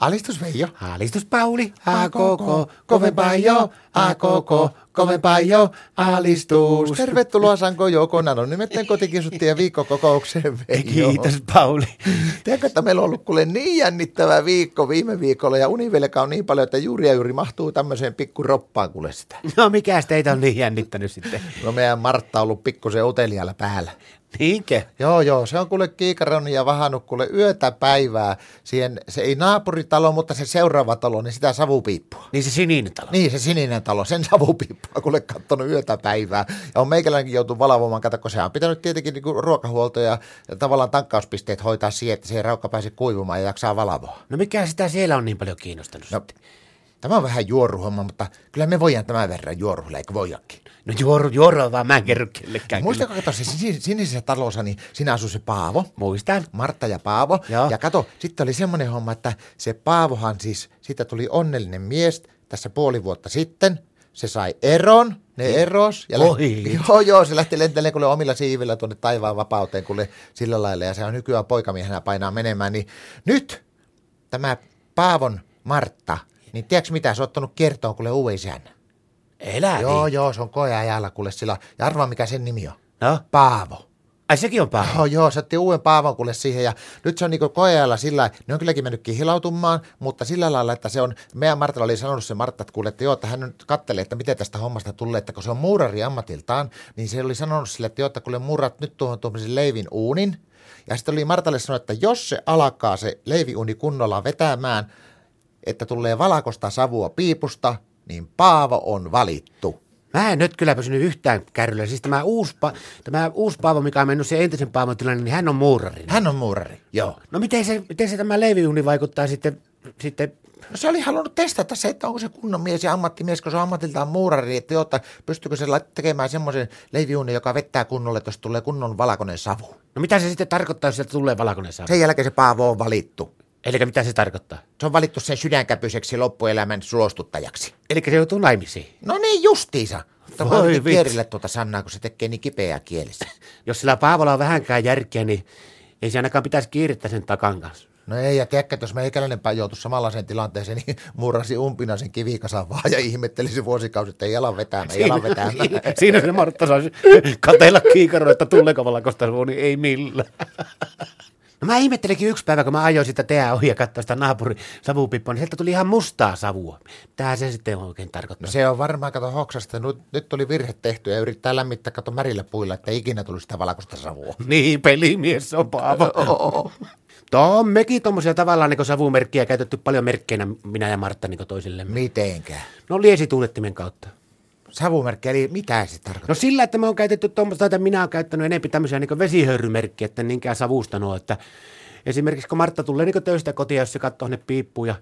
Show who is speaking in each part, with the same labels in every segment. Speaker 1: Alistus Veijo.
Speaker 2: Alistus Pauli,
Speaker 1: A koko, kovempaa jo, a koko, kovempaa jo, alistus. Tervetuloa Sanko Jouko Nanonimetten kotikinsuttiin ja viikkokokoukseen Veijo.
Speaker 2: Kiitos Pauli.
Speaker 1: Tiedätkö, että meillä on ollut kuule niin jännittävä viikko viime viikolla ja univelka on niin paljon, että juuri ja juuri mahtuu tämmöiseen pikkuroppaan kuule sitä.
Speaker 2: No mikä teitä on niin jännittänyt sitten?
Speaker 1: No meidän Martta on ollut pikkusen uteliaalla päällä.
Speaker 2: Niinkö?
Speaker 1: Joo, joo, se on kuule kiikaron ja vahannut kuule yötä päivää siihen, se ei naapuritalo, mutta se seuraava talo, niin sitä savupiippua.
Speaker 2: Niin se sininen talo.
Speaker 1: Niin, se sininen talo, sen savupiippua kuule kattonut yötä päivää. Ja on meikäläinenkin joutunut valvomaan, kato, kun se on pitänyt tietenkin niinku ruokahuolto ja, ja tavallaan tankkauspisteet hoitaa siihen, että se ei raukka pääse kuivumaan ja jaksaa valvoa.
Speaker 2: No mikä sitä siellä on niin paljon kiinnostanut no. sitten?
Speaker 1: Tämä on vähän juoruhomma, mutta kyllä me voidaan tämän verran juoruhilla, eikö voidakin?
Speaker 2: No juoru, juoru vaan mä en kerro kellekään. kyllä.
Speaker 1: Muistako, kato, se sin- sinisessä talossa, niin siinä asui se Paavo.
Speaker 2: Muistan.
Speaker 1: Martta ja Paavo.
Speaker 2: Joo.
Speaker 1: Ja kato, sitten oli semmoinen homma, että se Paavohan siis, siitä tuli onnellinen mies tässä puoli vuotta sitten. Se sai eron, ne
Speaker 2: Niin.
Speaker 1: eros. Ja
Speaker 2: Oi.
Speaker 1: joo, joo, se lähti lentelemään kuule omilla siivillä tuonne taivaan vapauteen kuule sillä lailla. Ja se on nykyään poikamiehenä painaa menemään. Niin nyt tämä Paavon Martta, niin tiedätkö mitä, se on ottanut kertoa kuule uuden isän.
Speaker 2: Elä
Speaker 1: Joo,
Speaker 2: niin.
Speaker 1: joo, se on koeajalla kuule sillä. Ja arvaa mikä sen nimi on.
Speaker 2: No,
Speaker 1: Paavo.
Speaker 2: ai sekin on paha.
Speaker 1: Oh, joo, se otti uuden Paavon kuule siihen ja nyt se on niinku koeajalla sillä, ne on kylläkin mennyt kihilautumaan, mutta sillä lailla, että se on, meidän Martalla oli sanonut se Martta, että kuule, että joo, että hän nyt kattelee, että miten tästä hommasta tulee, että kun se on muurari ammatiltaan, niin se oli sanonut sille, että joo, että kuule murrat nyt tuohon tuommoisen leivin uunin. Ja sitten oli Martalle sanonut, että jos se alkaa se leiviuni kunnolla vetämään, että tulee valakosta savua piipusta, niin Paavo on valittu.
Speaker 2: Mä en nyt kyllä pysynyt yhtään kärryllä. Siis tämä uusi, pa- tämä uusi Paavo, mikä on mennyt sen entisen Paavon tilanne, niin hän on muurari.
Speaker 1: Hän on muurari.
Speaker 2: Joo. No miten se, miten se tämä leiviuni vaikuttaa sitten, sitten
Speaker 1: No se oli halunnut testata se, että onko se kunnon mies ja ammattimies, kun se on ammatiltaan muurari, että jotta pystyykö se lait- tekemään semmoisen leiviunin, joka vettää kunnolle, että jos tulee kunnon valakonen savu.
Speaker 2: No mitä se sitten tarkoittaa, jos sieltä tulee valkoinen saa?
Speaker 1: Sen jälkeen se Paavo on valittu.
Speaker 2: Eli mitä se tarkoittaa?
Speaker 1: Se on valittu sen sydänkäpyiseksi loppuelämän suostuttajaksi.
Speaker 2: Eli se joutuu naimisiin.
Speaker 1: No niin justiinsa. Tämä
Speaker 2: Voi
Speaker 1: on oikein
Speaker 2: vitsi.
Speaker 1: kierrillä tuota Sannaa, kun se tekee niin kipeää kielessä.
Speaker 2: Jos sillä Paavolla on vähänkään järkeä, niin ei se ainakaan pitäisi kiirittää sen takan kanssa.
Speaker 1: No ei, ja tiedätkö, että jos meikäläinen joutui samanlaiseen tilanteeseen, niin murrasi umpinaisen kivikasan vaan ja ihmetteli se vuosikausi, että ei jalan vetämään, ei jalan vetämään.
Speaker 2: siinä se Martta saisi katella kiikaroon, että tuleeko valakosta suu, niin ei millään. No mä ihmettelinkin yksi päivä, kun mä ajoin sitä teää ohi ja katsoin sitä naapurin savupippua, niin sieltä tuli ihan mustaa savua. Tää se sitten oikein tarkoittaa.
Speaker 1: No se on varmaan, kato hoksasta, nyt, nyt oli virhe tehty ja yrittää lämmittää, kato märillä puilla, että ei ikinä tulisi sitä valkoista savua.
Speaker 2: Niin, pelimies on Paavo. Tuo on mekin tuommoisia tavallaan niin savumerkkiä käytetty paljon merkkeinä minä ja Martta niin toisillemme.
Speaker 1: Mitenkä?
Speaker 2: No liesituulettimen kautta.
Speaker 1: Savumerkki, eli mitä se tarkoittaa?
Speaker 2: No sillä, että me on käytetty tuommoista, että minä olen käyttänyt enempi tämmöisiä niin vesihöyrymerkkiä, että en niinkään savustanut, että esimerkiksi kun Martta tulee niin töistä kotiin, jos se katsoo ne piippuun ja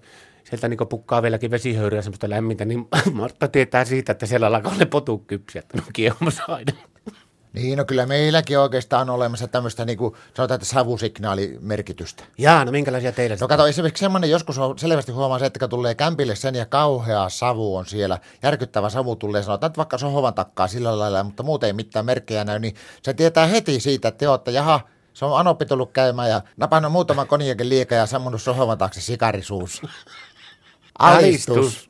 Speaker 2: sieltä niin pukkaa vieläkin vesihöyryä semmoista lämmintä, niin Martta tietää siitä, että siellä alkaa ne potukypsiä, että ne on kiehumassa aina.
Speaker 1: Niin, no kyllä meilläkin oikeastaan on olemassa tämmöistä, niin kuin sanotaan, että savusignaalimerkitystä.
Speaker 2: Jaa, no minkälaisia teillä
Speaker 1: No
Speaker 2: sitten?
Speaker 1: kato, esimerkiksi semmoinen joskus on selvästi huomaa se, että kun tulee kämpille sen ja kauhea savu on siellä, järkyttävä savu tulee, sanotaan, että vaikka sohovan takkaa sillä lailla, mutta muuten ei mitään merkkejä näy, niin se tietää heti siitä, että joo, että jaha, se on anoppi tullut käymään ja napannut muutaman konjakin liikaa ja sammunut sohovan taakse sikarisuus.
Speaker 2: Alistus.